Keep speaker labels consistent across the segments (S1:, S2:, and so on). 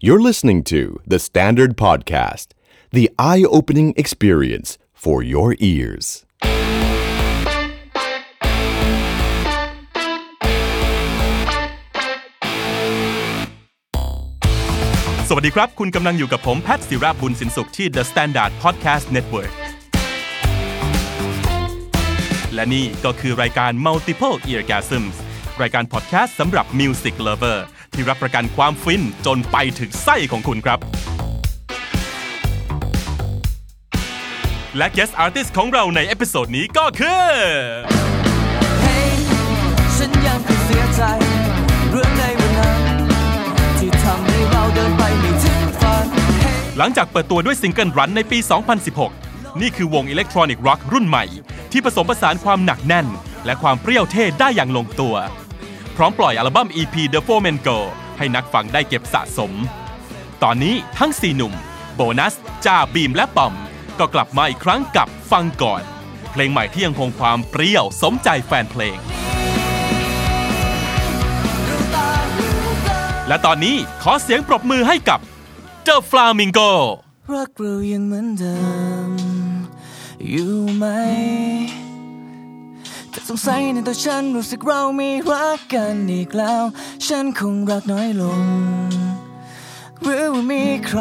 S1: You're listening to The Standard Podcast, the eye opening experience for your ears.
S2: Standard สวัสดีครับ คุณกำลังอยู่กับผมแพทย์ศิราบุญสินสุขที่ The Standard Podcast Network และนี่ก็คือรายการ Multiple Eargasms รายการพอดแคสต์สำหรับ Music Lover ที่รับประกันความฟินจนไปถึงไส้ของคุณครับ และ Guest Artist ของเราในเอพิโซดนี้ก็คือ
S3: เฮ้ยฉันยังคงเสียใจ เรื่องในวันนั้น ที่ทำให้เราเดินไปไม่ถึงฝันเฮ้ย
S2: หลังจากเปิดตัวด้วยซิงเกิลรันในปี 2016 นี่คือวงอิเล็กทรอนิกส์ร็อกรุ่นใหม่ ที่ผสมผสานความหนักแน่น และความเปรี้ยวเท่ได้อย่างลงตัว พร้อมปล่อยอัลบั้ม EP The f o r m a n Go ให้นักฟังได้เก็บสะสม ตอนนี้ทั้ง 4 หนุ่ม โบนัสจ่าบีมและปอม ก็กลับมาอีกครั้งกับฟังก่อน เพลงใหม่ที่ยังคงความเปรี้ยวสมใจแฟนเพลง และตอนนี้ขอเสียงปรบมือให้กับ The Flamingo
S3: รักเรายังเหมือนเดิม อยู่ไหมแต่สงสัยในตัวฉันรู้สึกเราไม่รักกันอีกแล้ว ฉันคงรักน้อยลง หรือว่ามีใคร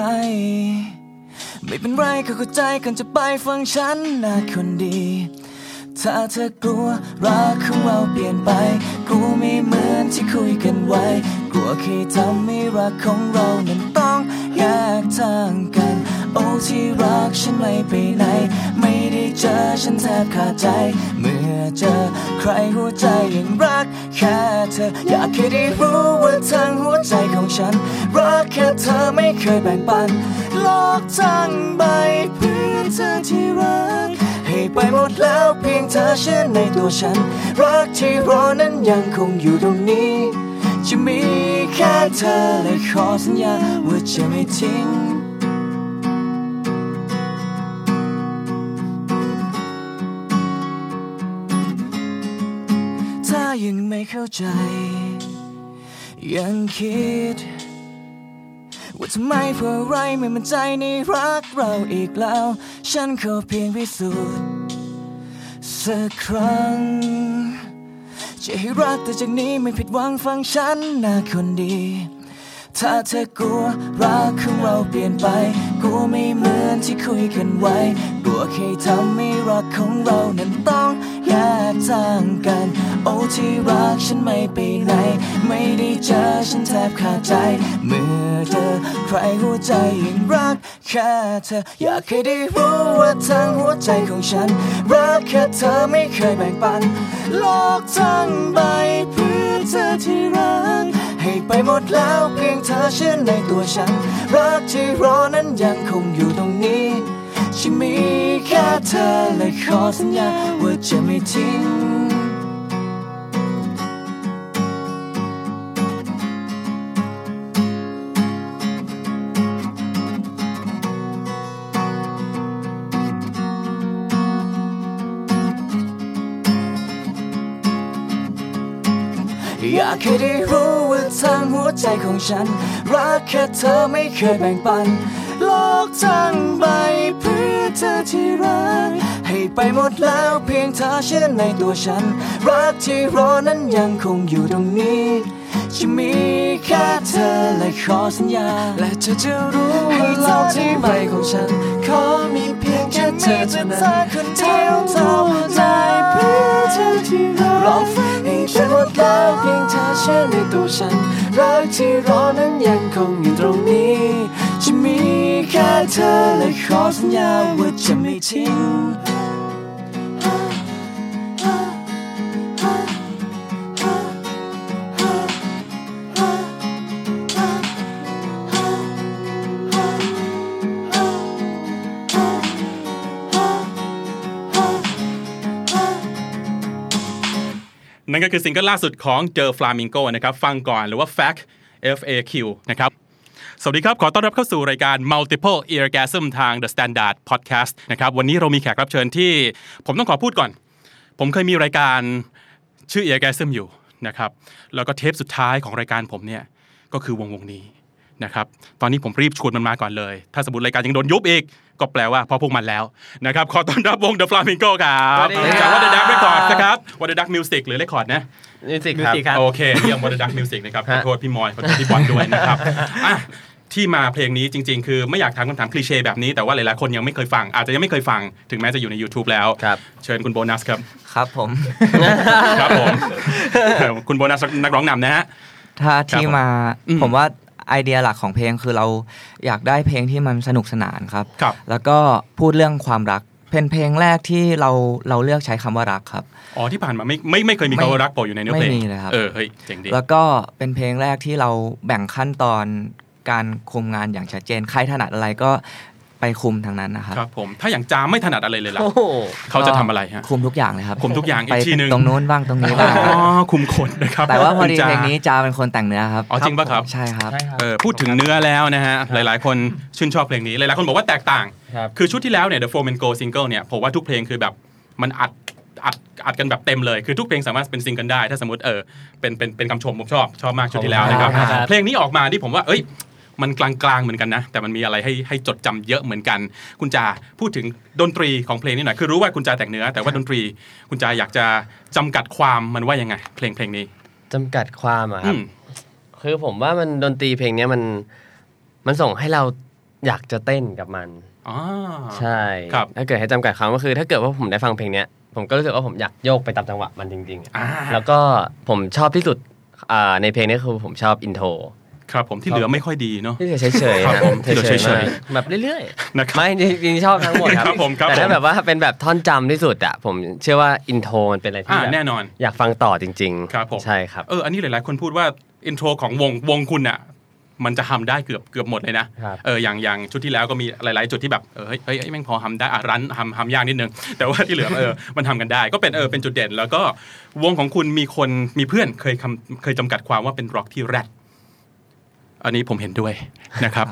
S3: ไม่เป็นไรก็เข้าใจกันจะไปฟังฉันนะคนดี ถ้าเธอกลัวรักของเราเปลี่ยนไป กลัวไม่เหมือนที่คุยกันไว้ กลัวเคยทำให้รักของเรานั้นต้องแยกทางกัน โอ้ที่รักฉันไม่ไปไหน ไม่ได้เจอฉันแทบขาดใจ เมื่อเจอใครหัวใจยังรักแค่เธอ อยากให้ได้รู้ว่าทั้งหัวใจของฉัน รักแค่เธอไม่เคยแบ่งปันโลกทั้งใบเพื่อนเธอที่รัก ให้ไปหมดแล้วเพียงเธอเชื่อในตัวฉัน รักที่รอนั้นยังคงอยู่ตรงนี้ จะมีแค่เธอและขอสัญญาว่าจะไม่ทิ้ง ถ้ายังไม่เข้าใจ ยังคิด ว่าทำไมเพื่ออะไรไม่มั่นใจในรักเราอีกแล้ว ฉันขอเพียงพิสูจน์สักครั้ง จะให้รักแต่จากนี้ไม่ผิดหวังฟังฉันนะคนดี ถ้าเธอกลัวรักของเราเปลี่ยนไปกลัวไม่เหมือนที่คุยกันไว้กลัวแค่ทำให้รักของเรานั้นต้องแยกทางกัน โอ้ที่รักฉันไม่ไปไหน ไม่ได้เจอฉันแทบขาดใจ เมื่อเจอใครหัวใจยังรักแค่เธอ อยากให้ได้รู้ว่าทั้งหัวใจของฉัน รักแค่เธอไม่เคยแบ่งปันโลกทั้งใบเพื่อเธอที่รัก ให้ไปหมดแล้วเพียงเธอเชื่อในตัวฉัน รักที่รอนั้นยังคงอยู่ตรงนี้จะมีแค่เธอและขอสัญญาว่าจะไม่ทิ้ง อยากให้ได้รู้ว่าทั้งหัวใจของฉัน รักแค่เธอไม่เคยแบ่งปัน โลกทั้งใบเพื่อเธอที่รัก ให้ไปหมดแล้วเพียงเธอเชื่อในตัวฉัน รักที่รอนั้นยังคงอยู่ตรงนี้ จะมีแค่เธอและขอสัญญา และเธอจะรู้ให้โลกที่ใบของฉัน ขอมีเพียงแค่เธอเท่านั้นเท่าเท่าใจเพื่อเธอที่รักลองฟังให้ฉันหมดแล้วเพียงเธอเชื่อในตัวฉัน รักที่รอนั้นยังคงอยู่ตรงนี้ จะมีแค่เธอและขอสัญญาว่าจะไม่ทิ้ง
S2: นั่นก็คือซิงเกิลล่าสุดของ The Flamingo นะครับ ฟังก่อนหรือว่า Fact FAQ นะครับ สวัสดีครับ ขอต้อนรับเข้าสู่รายการ Multiple Eargasm ทาง The Standard Podcast นะครับ วันนี้เรามีแขกรับเชิญที่ผมต้องขอพูดก่อน ผมเคยมีรายการชื่อ Eargasm อยู่นะครับ แล้วก็เทปสุดท้ายของรายการผมเนี่ย ก็คือวงวงนี้ นะครับตอนนี้ผมรีบชวนมันมาก่อนเลย ถ้าสมมติรายการยังโดนยุบอีก ก็แปลว่าเพราะพวกมันแล้วนะครับขอต้อนรับวง The Flamingo ครับ
S4: สวัสดีค
S2: จา
S4: รับ
S2: กว่า The Duck Record นะครับ What the Duck Music หรือ Record นะ
S4: มิวสิก
S5: มิวสิก
S4: ค
S5: ครั
S4: รับ
S5: บ
S2: โอเคเยี่ยมวอร์ดักมิวสิกนะครับ ขอ
S4: ฮะ
S2: โทษพี่มอย ขอโทษพี่บอลด้วย นะครับอ่ะที่มาเพลงนี้จริง ๆ คือไม่อยากถามคำถามคลีเช่แบบนี้แต่ว่าหลายๆคนยังไม่เคยฟัง อาจจะยังไม่เคยฟังถึงแม้จะอยู่ใน YouTube แล้ว
S4: ครับ
S2: เชิญคุณโบนัส ครับ
S5: ครับผม
S2: ครับผมเออคุณโบนัสนักร้องนำนะฮะ
S5: ถ้า
S2: ค
S5: ที่
S2: รับผม
S5: มา
S2: อืม
S5: ผมว่าไอเดียหลักของเพลงคือเราอยากได้เพลงที่มันสนุกสนานครับ
S2: ครับ
S5: แล้วก็พูดเรื่องความรัก เป็นเพลงแรกที่เราเราเลือกใช้คำว่ารักครับ
S2: อ๋อที่ผ่านมาไม่ไม่ไม่เคยมีคำว่ารักโผล่อยู่ในเนื้อเพลง
S5: ไม่มีเลยครับ
S2: เออเฮ้ยเจ๋งดี
S5: แล้วก็เป็นเพลงแรกที่เราแบ่งขั้นตอนการคุมงานอย่างชัดเจน ใครถนัดอะไรก็ไปคุมทางนั้นนะครับ
S2: ครับผมถ้าอย่างจามไม่ถนัดอะไรเลยล่ะ
S4: โอ้โห
S2: เขาจะทำอะไรฮะ
S5: คุมทุกอย่างเลยครับ
S2: คุมทุกอย่างอีก
S5: ไป
S2: ทีหนึ่ง
S5: ตรงนู้นบ้างตรงนี้
S2: อ๋
S5: บ้าง
S2: อคุมคนนะครับ
S5: แต่ว่าพอดี
S2: คุณจ
S5: เพลงนี้จาเป็นคนแต่งเนื้อครับ
S2: อ๋อจริงปะครับ
S5: ใช่ครับ
S2: เออพูดถึงเนื้อแล้วนะฮะ หลายๆ คนชื่นชอบเพลงนี้ หลายๆ คนบอกว่าแตกต่าง
S4: ครับ
S2: คือชุดที่แล้วเนี่ย The f o r m a n Go Single เนี่ย ผมว่าทุกเพลงคือแบบมันอัดอัดอัดกันแบบเต็มเลย คือทุกเพลงสามารถเป็นซิงกันได้ ถ้าสมมติเออเป็นเป็นเป็นคำชมผมชอบ ชอบมากชุดที่แล้วนะครับ
S4: ขอบคุณครับ
S2: เพลงนี้ออกมาที่ผมว่า เอ้ย มันกลางๆเหมือนกันนะ แต่มันมีอะไรให้ให้จดจำเยอะเหมือนกัน คุณจาพูดถึงดนตรีของเพลงนี้หน่อย คือรู้ว่าคุณจาแต่งเนื้อ แต่ว่าดนตรี คุณจาอยากจะจำกัดความมันว่ายังไง เพลงเพลงนี้
S4: จำกัดความอะค
S2: อื
S4: รับ
S2: ม
S4: คือผมว่ามันดนตรีเพลงเนี้ยมันมันส่งให้เราอยากจะเต้นกับมัน
S2: อ๋อ
S4: ใช่
S2: ครับ
S4: ถ้าเกิดให้จำกัดความก็คือถ้าเกิดว่าผมได้ฟังเพลงเนี้ยผมก็รู้สึกว่าผมอยากโยกไปตามจังหวะมันจริงๆอะ
S2: อ่า
S4: แล้วก็ผมชอบที่สุดอ่าในเพลงนี้คือผมชอบอินโทร
S2: ครับผมที่เหลือไม่ค่อยดีเนาะ
S4: ที่เหลือเฉยๆ
S2: ครับ
S4: นะ
S2: ผมที่เหลือเฉยๆ
S4: มากแบบเรื่อยๆ
S2: นะครับ
S4: ไม่จริงๆชอบทั้งหมดครับ
S2: ครับผมครับ
S4: แต่
S2: ผ
S4: ถ้าม แบบว่าเป็นแบบท่อนจำที่สุดอะผมเชื่อว่าอินโทรมันเป็นอะไรที่
S2: อ่า
S4: แบบ
S2: แน่นอน
S4: อยากฟังต่อจริงๆ
S2: ครับผม
S4: ใช่ครับ
S2: เออ อันนี้หลาย ๆ คนพูดว่าอินโทรของวงวงคุณอ่ะ มันจะทำได้เกือบเกือบหมดเลยนะ
S4: ครับ
S2: เออ อย่างอย่างชุดที่แล้วก็มีหลาย ๆ จุดที่แบบ เออ เฮ้ยเฮ้ยเฮ้ยแม่งพอทำได้ อ่ะ รันทำทำยากนิดนึง แต่ว่าที่เหลือ เออ มันทำกันได้ ก็เป็น เออ เป็นจุดเด่น แล้วก็วงของคุณมีคน มีเพื่อนเคยคำเคยจำกัดความว่าเป็นร็อกที่แรด อันนี้ผมเห็นด้วยนะครับ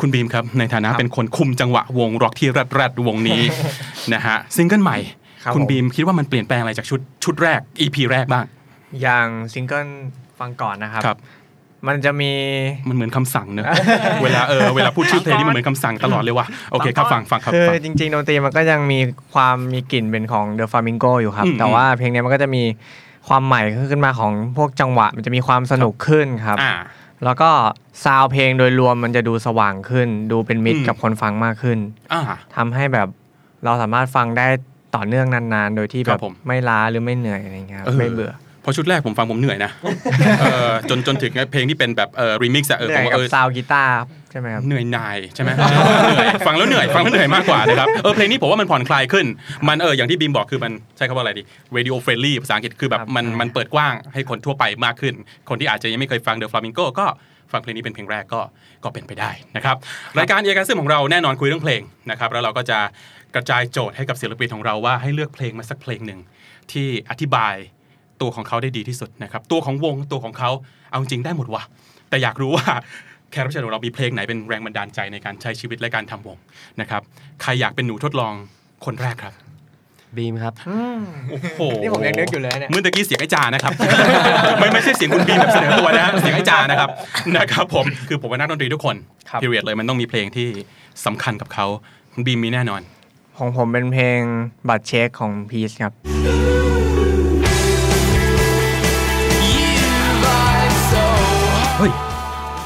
S2: คุณบีมครับ ในฐานะเป็นคนคุมจังหวะวงร็อกที่แรดแรดวงนี้ นะฮะ ซิงเกิลใหม่
S5: ครับ
S2: คุณ
S5: ผม
S2: บีมคิดว่ามันเปลี่ยนแปลงอะไรจากชุดชุดแรก EP แรกบ้าง
S5: อย่างซิงเกิลฟังก่อนนะครับ
S2: ครับ
S5: มันจะมี
S2: มันเหมือนคำสั่งเนอะ เวลาเออเวลาพูดชื่อเพลงนี่มันเหมือนคำสั่งตลอดเลยว่ะโอเคครับฟังฟังครับ
S6: คือ
S2: ฟัง
S6: จริงๆดนตรีมันก็ยังมีความมีกลิ่นเป็นของ The Flamingo อยู่ครับ
S2: อืม
S6: แต่ว่าเพลงเนี้ยมันก็จะมีความใหม่ขึ้นมาของพวกจังหวะ มันจะมีความสนุกขึ้นครับ
S2: อ่า
S6: แล้วก็ซาวด์เพลงโดยรวมมันจะดูสว่างขึ้น ดูเป็นมิต
S2: อื
S6: ร
S2: ม
S6: กับคนฟังมากขึ้น
S2: อ่า
S6: ทำให้แบบเราสามารถฟังได้ต่อเนื่องนานๆ โดยที่
S2: ค
S6: แบ
S2: รั
S6: บบ
S2: ผม
S6: ไม่ล้าหรือไม่เหนื่อยอะไรเงี้ยครับ
S2: เออ
S6: ไม่เบื่อ
S2: พอชุดแรกผมฟังผมเหนื่อยนะเออจนจนถึงเพลงที่เป็นแบบเออรีมิกซ์อะเออ
S6: เหนื่
S2: ผม
S6: อ
S2: ว่า
S6: ยกั
S2: เอบ อ
S6: ซาวด์กีตาร์ครับใช่ไหมครับ
S2: เหนื่อยหนายใช่ไหมเห นื่อยฟังแล้วเหนื่อยฟังแล้วเหนื่อยมากกว่านะครับเออเพลงนี้ผมว่ามันผ่อนคลายขึ้น มันเอออย่างที่บีมบอกคือมันใช้คำว่าอะไรดี radio friendly ภาษาอังกฤษคือแบบ
S6: ครับ
S2: มัน
S6: ใช่
S2: มันเปิดกว้างให้คนทั่วไปมากขึ้น คนที่อาจจะยังไม่เคยฟัง The Flamingo ก็ฟังเพลงนี้เป็นเพลงแรกก็ก็เป็นไปได้นะครับรายการเอกาซึมของเราแน่นอนคุยเรื่องเพลงนะครับแล้วเราก็จะกระจายโจทย์ให้กับศิลปินของเราว่าให้เลือกเพลงมาสักเพลงหนึ่งที่อธิบายตัวของเขาได้ดีที่สุดนะครับตัวของวงตัวของเขาเอาจริงได้หมดวะแต่อยากรู้ว่า แขกรับเชิญของเรามีเพลงไหนเป็นแรงบันดาลใจในการใช้ชีวิตและการทำวงนะครับใครอยากเป็นหนูทดลองคนแรกครับ
S4: บีมครับ
S2: โอ้โห
S6: นี่ผมยังนึกอยู่เลยเนี่ย
S2: มื่อตะกี้เสียงไอ้จานะครับ ไม่ไม่ใช่เสียงคุณบีมแบบเสนอตัวนะฮะเสียงไอ้จานะครับ นะครับผมคือผมว่านักดนตรีทุกคน
S4: ครับ
S2: period เลยมันต้องมีเพลงที่สำคัญกับเขาคุณบีมมีแน่นอน
S6: ของผมเป็นเพลงบัตรเช็คของพีชครับ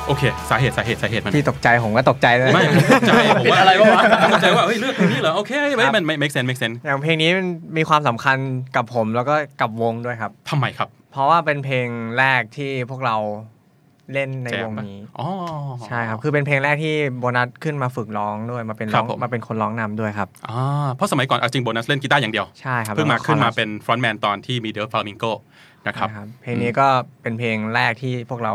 S2: โอเค สาเหตุสาเหตุสาเหตุมัน
S6: ที่ตกใจผมก็ตกใจเลย
S2: ไม่ผมตกใจผมว่า
S4: เป็นอะไรวะ
S2: ผมตกใจว่าเฮ้ยเลือกเพลงนี้เหรอโอเคไม่มันไม่ make sense make sense
S6: อย่างเพลงนี้มันมีความสำคัญกับผมแล้วก็กับวงด้วยครับ
S2: ทำไมครับ
S6: เพราะว่าเป็นเพลงแรกที่พวกเราเล่นใน
S2: แจ๊
S6: ว
S2: บ
S6: ง
S2: ปะ
S6: นี้
S2: อ๋อ
S6: ใช่ครับ คือเป็นเพลงแรกที่โบนัสขึ้นมาฝึกร้องด้วยมาเป็น
S2: ครั
S6: ร้
S2: บ
S6: อง
S2: ผม
S6: มาเป็นคนร้องนำด้วยครับ
S2: อ่าเพราะสมัยก่อนเอาจริงโบนัสเล่นกีตาร์อย่างเดียว
S6: ใช่ครับ
S2: เพิ่งมา
S6: แล้วก็
S2: ขึ้นมา
S6: คอรัส
S2: เป็น front man ตอนที่มีเดอะฟลามิงโกนะครับ
S6: นะครับ เพลงนี้ก็เป็นเพลงแรกที่พวกเรา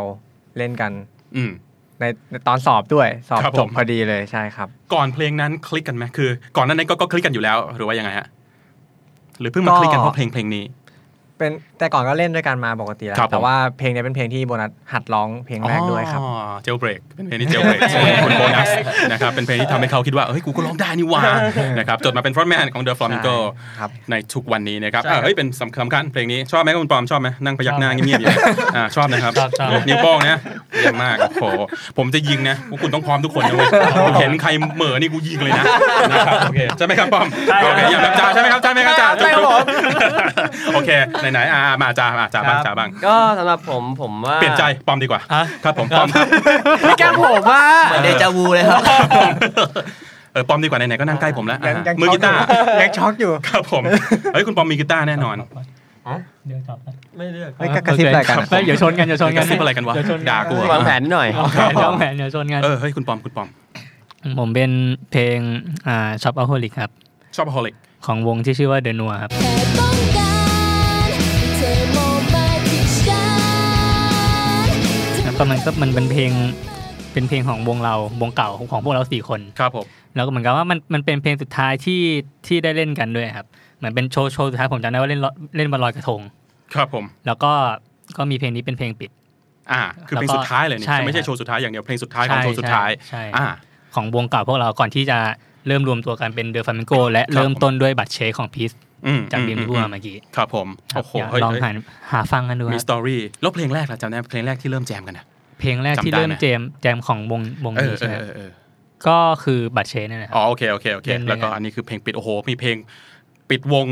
S6: เล่นกัน
S2: อืม
S6: ในในตอนสอบด้วยสอบ
S2: ครับ
S6: จ
S2: ผ
S6: บ
S2: ม
S6: พอดีเลยใช่ครับ
S2: ก่อนเพลงนั้นคลิกกันไหมคือ ก่อนหนั้นนั้นก็ก็คลิกกันอยู่แล้วหรือว่ายังไงฮะหรือเพิ่งมาคลิกกันเพราะเพลงเพลงนี้
S6: เป็นแต่ก่อนก็เล่นด้วยกันมาปกติแล้ว
S2: ครับผม
S6: แต่ว่าเพลงเนี้ยเป็นเพลงที่โบนัสหัดร้องเพลงแรกด้วยครับ
S2: เจลเบรกเป็นเพลงที่เจลเบรกคุณโบนัสนะครับเป็นเพลงที่ทำให้เขาคิดว่าเฮ้ยกูก็ร้องได้นี่หว่านะครับจดมาเป็นฟรอนแมนของ The Flamingo
S6: ครับ
S2: ในทุกวันนี้นะครับ
S4: ใช่
S2: อ่ะเฮ้ยเป็นสำคัญสำคัญเพลงนี้ชอบไหมคุณปอมชอบไหมนั่งพยักหน้าเงียบๆอยู่อ่ะชอบนะครับ
S4: ชอบชอบ
S2: นิ้วโป้งนะเยี่ยมมากโอ้โหผมจะยิงนะพวกคุณต้องพร้อมทุกคนนะเว้ยผมเห็นใครเหม่อนี่กูยิงเลยนะนะครับโอเคใช่ไหมครับปอมโอเคอย่างรับจ้าใช่ไหมครับใช่ไหมครับจ้าจุ๊บๆโอเคไหนๆอ่ะมาจ้ามาจ้าบ้างจ้าบ้าง
S4: ก็สำหรับผมผมว่า
S2: เปลี่ยนใจปอมดีกว่าครับผมปอมครับ
S4: พี่แก้มผมว่า
S5: เหมือนเดจาวูเลยครับ
S2: เออปอมดีกว่าไหนๆก็นั่งใกล้ผมแล้ว
S6: ยัง
S2: อ่ะ
S6: ยัง
S2: มือกีตาร์
S6: ช็อกอยู่ยัง
S2: ค
S6: ช็อกอยู่
S2: รับผมเฮ้ยคุณปอมมีกีตาร์แน่นอน
S6: ไม่กระซิบอะไรกันอะ
S7: เฮ้ยเดี๋ยวชนกันเดี๋ยวชนกัน
S2: กระซิบอะไรกันวะ
S7: เดี๋ยวชน
S2: ด่ากู
S4: วางแผนนิดหน่อย
S7: วางแผนวางแผนเดี๋ยวชนกัน
S2: เออเฮ้ยคุณปอมคุณปอม
S7: ผมเป็นเพลงอ่าช็อปอัลโฮลิกครับ
S2: ชอบฮอลิก
S7: ของวงที่ชื่อว่าเดนัวครับ
S8: แค่ต้องการเธอมองมาที่ฉัน
S7: แล้วก็มันก็มันเป็นเพลงเป็นเพลงของวงเราวงเก่าของพวกเราสี่คน
S2: ครับผม
S7: แล้วก็เหมือนกับว่ามันมันเป็นเพลงสุดท้ายที่ที่ได้เล่นกันด้วยครับเหมือนเป็นโชว์โชว์สุดท้ายผมจำได้ว่าเล่นเล่นวันลอยกระทง
S2: ครับผม
S7: แล้วก็ก็มีเพลงนี้เป็นเพลงปิด
S2: อ่าคือเพลงสุดท้ายเลยนี่
S7: ใช่
S2: ไม่ใช่
S7: ครับ
S2: โชว์สุดท้ายอย่างเดียวเพลงสุดท้ายของ
S7: ใช่
S2: โชว์สุดท้าย
S7: ใช่ใช่
S2: อ่า
S7: ของวงเก่าพวกเราก่อนที่จะเริ่มรวมตัวกันเป็นเดอะฟามิงโก
S2: ค
S7: และ
S2: รับ
S7: เริ่มต้นด้วยบัตรเชคของพีซ
S2: อืม
S7: จากบีม
S2: อื
S7: ที่พูดมาเมื่อกี้
S2: ครับผมโอ้โห
S7: อยาก
S2: เฮ้ย
S7: ลอง
S2: เฮ้ย
S7: หาหาฟังกันดูค
S2: มี
S7: รับ
S2: สตอรี่แล้วเพลงแรกล่ะจำได้ไหมเพลงแรกที่เริ่มแจมกันนะ
S7: เพลงแรกที่
S2: จำได้ไหม
S7: เริ่มเจมแจมของวงวง
S2: เออ
S7: นี้
S2: เอ
S7: ใช่ไหม
S2: อเออเออ
S7: ก็คือบัตรเชคนั่นแหละค
S2: อ๋
S7: รับ
S2: อโอเคโอเคโอเค
S7: เล่นด้วย
S2: แล้วก็
S7: กัน
S2: อันนี้คือเพลงปิดโอ้โหมีเพลงปิดวง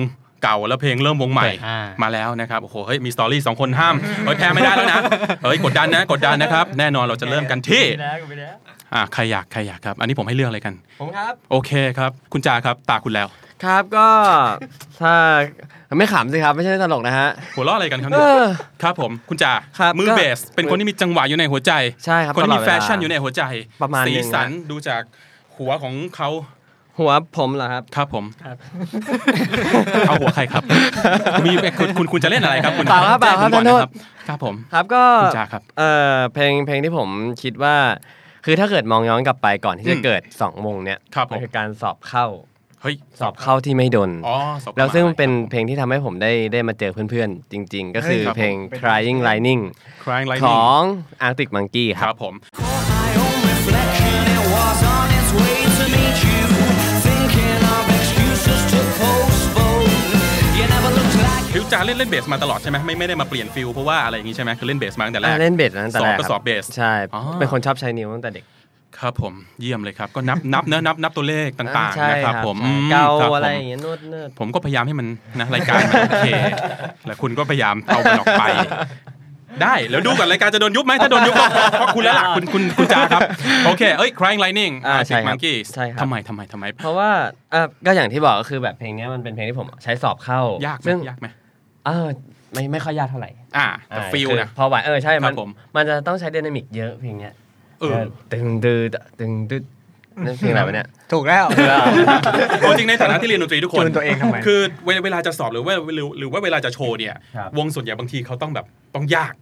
S2: เก่าแล้วเพลงเริ่มวงใหม่
S7: อ่าม
S2: มาแล้วนะครับโอ้โหเฮ้ยมีสตอรี่สองคนห้ามเฮ้ยแพ้ไม่ได้แล้วนะเฮ้ยกดดันนะกดดันนะครับแน่นอนเราจะเริ่มกันที่ อ่าใครอยากใครอยากครับ อันนี้ผมให้เลือกอะไรกัน
S4: ผมครับ
S2: โอเคครับ คุณจาครับตาคุณแล้ว
S4: ครับก็ ถ้าไม่ขำสิครับ ไม่ใช่ตลกนะฮะ
S2: หัวเราะอะไรกันครับ
S4: เอ
S2: เนี่ย
S4: อ
S2: ครับผมคุณจา
S4: ครับ
S2: มือ
S4: ก็
S2: เบส เป็นคนที่มีจังหวะอยู่ในหัวใจ
S4: ใช่ครับ
S2: คนที่มี
S4: ตลอดเวลา
S2: แฟชั่นอยู่ในหัวใจ
S4: ประมาณ
S2: สี
S4: หนึ่ง
S2: สัน
S4: นะ
S2: ดูจากหัวของเขา
S4: หัวผมเหรอครับ
S2: ครับผม เอาหัวใครครับ มีคุณคุณคุณจะเล่นอะไรครับคุณ
S4: เปล่าครับเปล่าครับ
S2: แจ้งผมก่อน
S4: ขอโทษ
S2: นะครับครับผม
S4: ครับก็
S2: คุณจาครับ
S4: เอ่อเพลงเพลงที่ผมคิดว่า คือถ้าเกิดมองย้อนกลับไปก่อนที่
S2: อื
S4: จะ
S2: ม
S4: เกิดสองวงเนี่ย
S2: ครับผม
S4: มันคือการสอบเข้า
S2: เฮ้ย
S4: สอบเข้าที่ไม่โดน
S2: อ๋อสอบ
S4: แล้วซึ่งมันเป็น
S2: ค
S4: เพลงที่ทำให้ผมได้ได้มาเจอเพื่อนๆ จริง ๆ ก็คือเพลง Crying Lightning
S2: รับผม Crying
S4: ข
S2: Lightning
S4: อง Arctic Monkey ค
S2: ค
S4: รั
S2: รับ บผม
S3: My own reflection, it was on its way to meet you. Thinking of excuses to postpone. You never looked like
S2: คือจาเล่นเล่นเบสมาตลอดใช่ไหมไม่ไม่ได้มาเปลี่ยนฟิลเพราะว่าอะไรอย่างงี้ใช่ไหมคือเล่นเบสมาตั้งแต่แรก
S4: อ่ะเล่นเบสนะตั้งแต่
S2: สอบ
S4: แรก
S2: ก็สอบเบส
S4: ใช่
S2: อ๋อ
S4: เป็นคนชอบใช้นิ้วตั้งแต่เด็ก
S2: ครับผมเยี่ยมเลยครับก็นับนับเนอะนับนับตัวเลขต่าง
S4: ใช่
S2: ๆนะครับผมอืม
S4: เกา
S2: คบผม
S4: อะไรอย่างเงี้ยนวดเนิร์ด
S2: ผมก็พยายามให้มันนะรายการมันโอเคแล้วคุณก็พยายามเอามันออกไป ได้แล้วดูก่อนรายการจะโดนยุบไหมถ้าโดนยุบก็เพราะคุณแล้วล่ะคุณคุณคุณจ้าครับโอเคเอ้ย Crying Lightning
S4: อ่าใช่ครับ
S2: มังกี้
S4: ใช่ครับ
S2: ทำไมทำไมทำไม
S4: เพราะว่าอ่ะก็อย่างที่บอกก็คือแบบเพลงเนี้ยมันเป็นเพลงที่ผมใช้สอบเข้าย
S2: ากไหม
S4: ซึ่ง
S2: ยากไหม
S4: เออไม่ไม่ค่อยยากเท่าไหร่
S2: อ่าแต่ฟิล
S4: คือ
S2: นะ
S4: พอไหวเออใช่
S2: ครั
S4: มั
S2: บ
S4: น
S2: ผม
S4: มันจะต้องใช้ไดนามิกเยอะเพลงเนี้ย
S2: เออ
S4: ตึงดืดตึงดืดนั่นเพลงอะไรวะเนี่ย
S6: ถูกแล้ว
S2: โอ้จริงในฐานะที่เรียนดนตรีทุกคน
S6: จูนตัวเองทำไม
S2: คือเวลาเวลาจะสอบหรือว่าหรือหรือว่าเวลาจะโชว์เนี่ย
S4: ครับ
S2: วงส่วนใหญ่บางทีเขาต้องแบบต้องยาก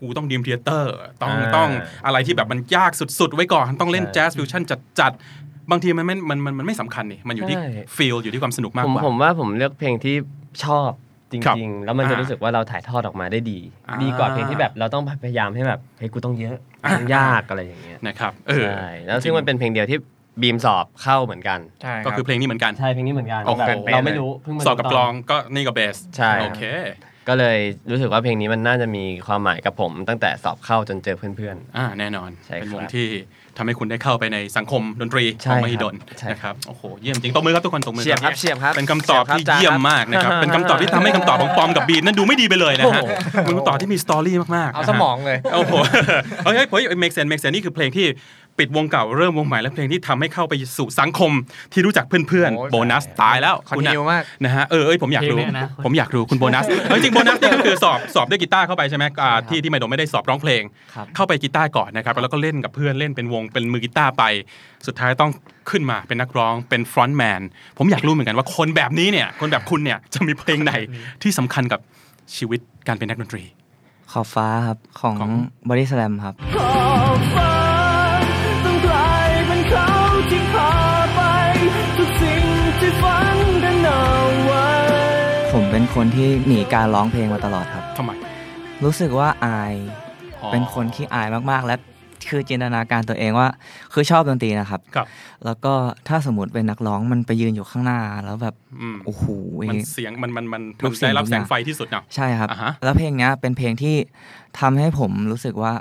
S2: กูต้องดีมเทเตอร์ต้อง
S4: อ่า
S2: ต้องอะไรที่แบบมันยากสุด ๆ ไว้ก่อนต้องเล่นแจ๊สฟิวชั่นจัดๆบางทีมันไม่มันมันมันไม่สำคัญนี่มันอยู่ที่ฟีลอยู่ที่ความสนุกมาก
S4: ผม
S2: กว่า
S4: ผมว่าผมเลือกเพลงที่ชอบจ
S2: ครับ
S4: ริง ๆ แล้วมันจะรู้สึกว่าเราถ่ายทอดออกมาได้ดี
S2: อ่า
S4: ดีกว่าเพลงที่แบบเราต้องพยายามให้แบบเฮ้ยกูต้องเยอะต้องยากอะไรอย่างเงี้ย
S2: นะครับเออ
S4: ใช่แล้วซึ่งมันเป็นเพลงเดียวที่บีมสอบเข้าเหมือนกัน
S6: ใช่
S2: ก็คือเพลงนี้เหมือนกัน
S4: ใช่เพลงนี้เหมือนกัน
S2: โอ้โห
S4: แบบเราไม่รู้เพิ่งมา
S2: สอบกับ
S4: ตน
S2: กลองก็นี่ก็เบส
S4: ใช่
S2: โอเค
S4: ก็เลยรู้สึกว่าเพลงนี้มันน่าจะมีความหมายกับผมตั้งแต่สอบเข้าจนเจอเพื่อน
S2: อ่าแน่นอน
S4: ใช่
S2: เป็นวง
S4: ครับ
S2: ที่ทำให้คุณได้เข้าไปในสังคมดนตรี
S4: ใช่
S2: ของมหิดล
S4: ครับใช่
S2: นะครับโอ้โหเยี่ยมจริงตบมือครับทุกคนตบมือ
S4: เฉียบครับเฉียบครับ
S2: เป็นคำตอบที่
S4: เฉียบครับจ้า
S2: เยี่ยมมากนะครับ
S4: ครับ
S2: เป็นคำตอบที่ทำให้คำตอบของปอมกับบีนนั้นดูไม่ดีไปเลยนะฮะเป็นคำตอบที่มีสตอรี่มากๆ
S6: เอา
S2: นะ
S6: ส
S2: ฮะ
S6: มองเลย
S2: โอ้โห เฮ้ยเฮ้ยเฮ้ย make sense make sense นี่คือเพลงที่ปิดวงเก่าเริ่มวงใหม่และเพลงที่ทำให้เข้าไปสู่สังคมที่รู้จักเพื่อน
S6: โอ้ย
S2: ๆ โบนัสตายแล้ว
S6: คอน
S2: คุณ
S6: ทินิวมาก
S2: นะฮะ เออเอ้ยผมอยากรู้
S7: เพลงในอนาคต
S2: ผมอยากรู้คุณโบนัส เฮ้ยจริงโบนัสนี่ก็คือสอบสอบด้วยกีตาร์เข้าไปใช่ไหมอ่าที่ที่ไมโดไม่ได้สอบร้องเพลง
S5: ครับ
S2: เข้าไปกีตาร์ก่อนนะครับ แล้วก็เล่นกับเพื่อนเล่นเป็นวงเป็นมือกีตาร์ไป สุดท้ายต้องขึ้นมาเป็นนักร้องเป็นฟรอนต์แมน ผมอยากรู้เหมือนกันว่าคนแบบนี้เนี่ย คนแบบคุณเนี่ยจะมีเพลงไหนที่สำคัญกับชีวิตการเป็นนักดนตรี
S5: ขอบฟ้าครับ ของ
S2: ของ
S5: บอดี้สแลมครับ
S3: ขอบฟ้าต้องกลายเป็นเขาที่พาไป ทุกสิ่งที่ฝันกันเอาไว้
S5: ผมเป็นค คนที่หนีการร้องเพลงมาตลอดครับ
S2: ทำไม
S5: รู้สึกว่าอาย
S2: อ๋อ
S5: เป็นคนที่อายมากๆ และคือจินตนาการตัวเองว่า คือชอบดนตรีนะครับ
S2: ครับ
S5: แล้วก็ถ้าสมมติเป็นนักร้องมันไปยืนอยู่ข้างหน้าแล้วแบบ
S2: อืม
S5: โอ้โห
S2: มันเสียงมันมันมัน
S5: ทุกสิ่ง
S2: ได้รับ
S5: ทุกอ
S2: แส
S5: ย่าง
S2: งไฟที่สุดเนาะ
S5: ใช่ครับ
S2: อ่าฮะ
S5: แล้วเพลงเนี้ยเป็นเพลงที่ทำให้ผมรู้สึกว่า